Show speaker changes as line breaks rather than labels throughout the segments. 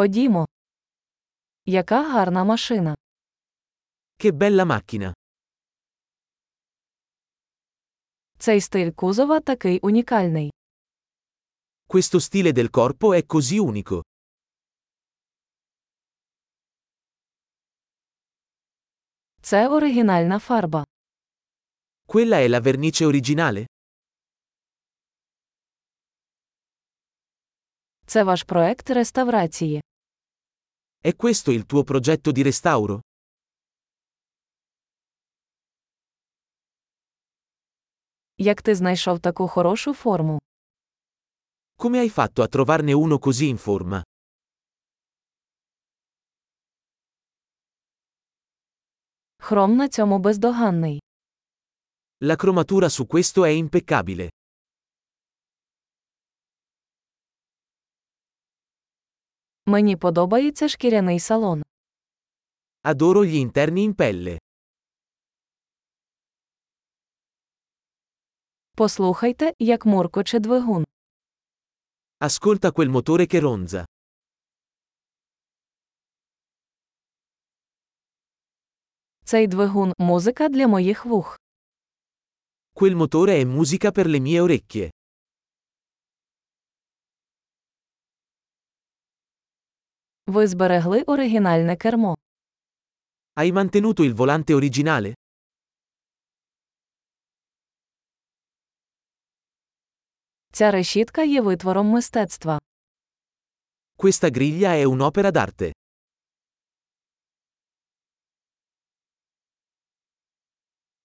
Ходімо. Яка гарна машина.
Che bella macchina.
Цей стиль кузова такий унікальний.
Questo stile del corpo è così unico.
Це оригінальна фарба.
Quella è la vernice originale?
Це ваш проект реставрації.
È questo il tuo progetto di restauro?
Як ти знайшов таку хорошу форму?
Come hai fatto a trovarne uno così in forma?
Хром на цьому бездоганний.
La cromatura su questo è impeccabile.
Мені подобається шкіряний салон.
Adoro gli interni in pelle.
Послухайте, як муркоче двигун.
Ascolta quel motore che ronza.
Цей двигун музика для моїх вух.
Quel motore è musica per le mie orecchie.
Ви зберегли оригінальне кермо.
Hai mantenuto il volante originale?
Ця решітка є витвором мистецтва.
Questa griglia è un'opera d'arte.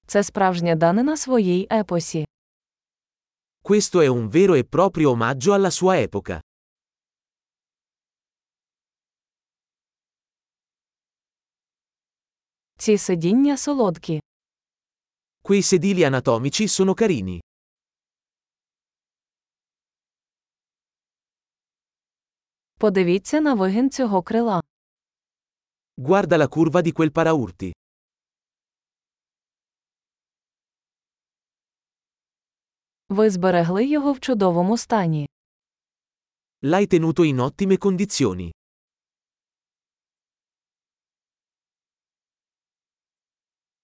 Це справжня данина своїй епосі.
Questo è un vero e proprio omaggio alla sua epoca.
Ці сидіння солодкі.
Quei sedili anatomici sono carini.
Подивіться на вигін цього крила.
Guarda la curva di quel paraurti.
Ви зберегли його в чудовому стані.
L'hai tenuto in ottime condizioni.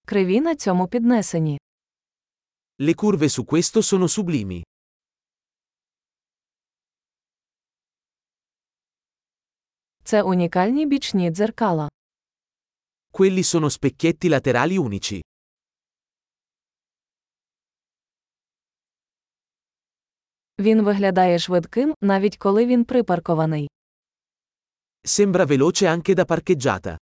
Криві на цьому піднесені.
Le curve su questo sono sublimi.
Це унікальні бічні дзеркала.
Quelli sono specchietti laterali unici.
Він виглядає швидким, навіть коли він припаркований.
Sembra veloce anche da parcheggiata.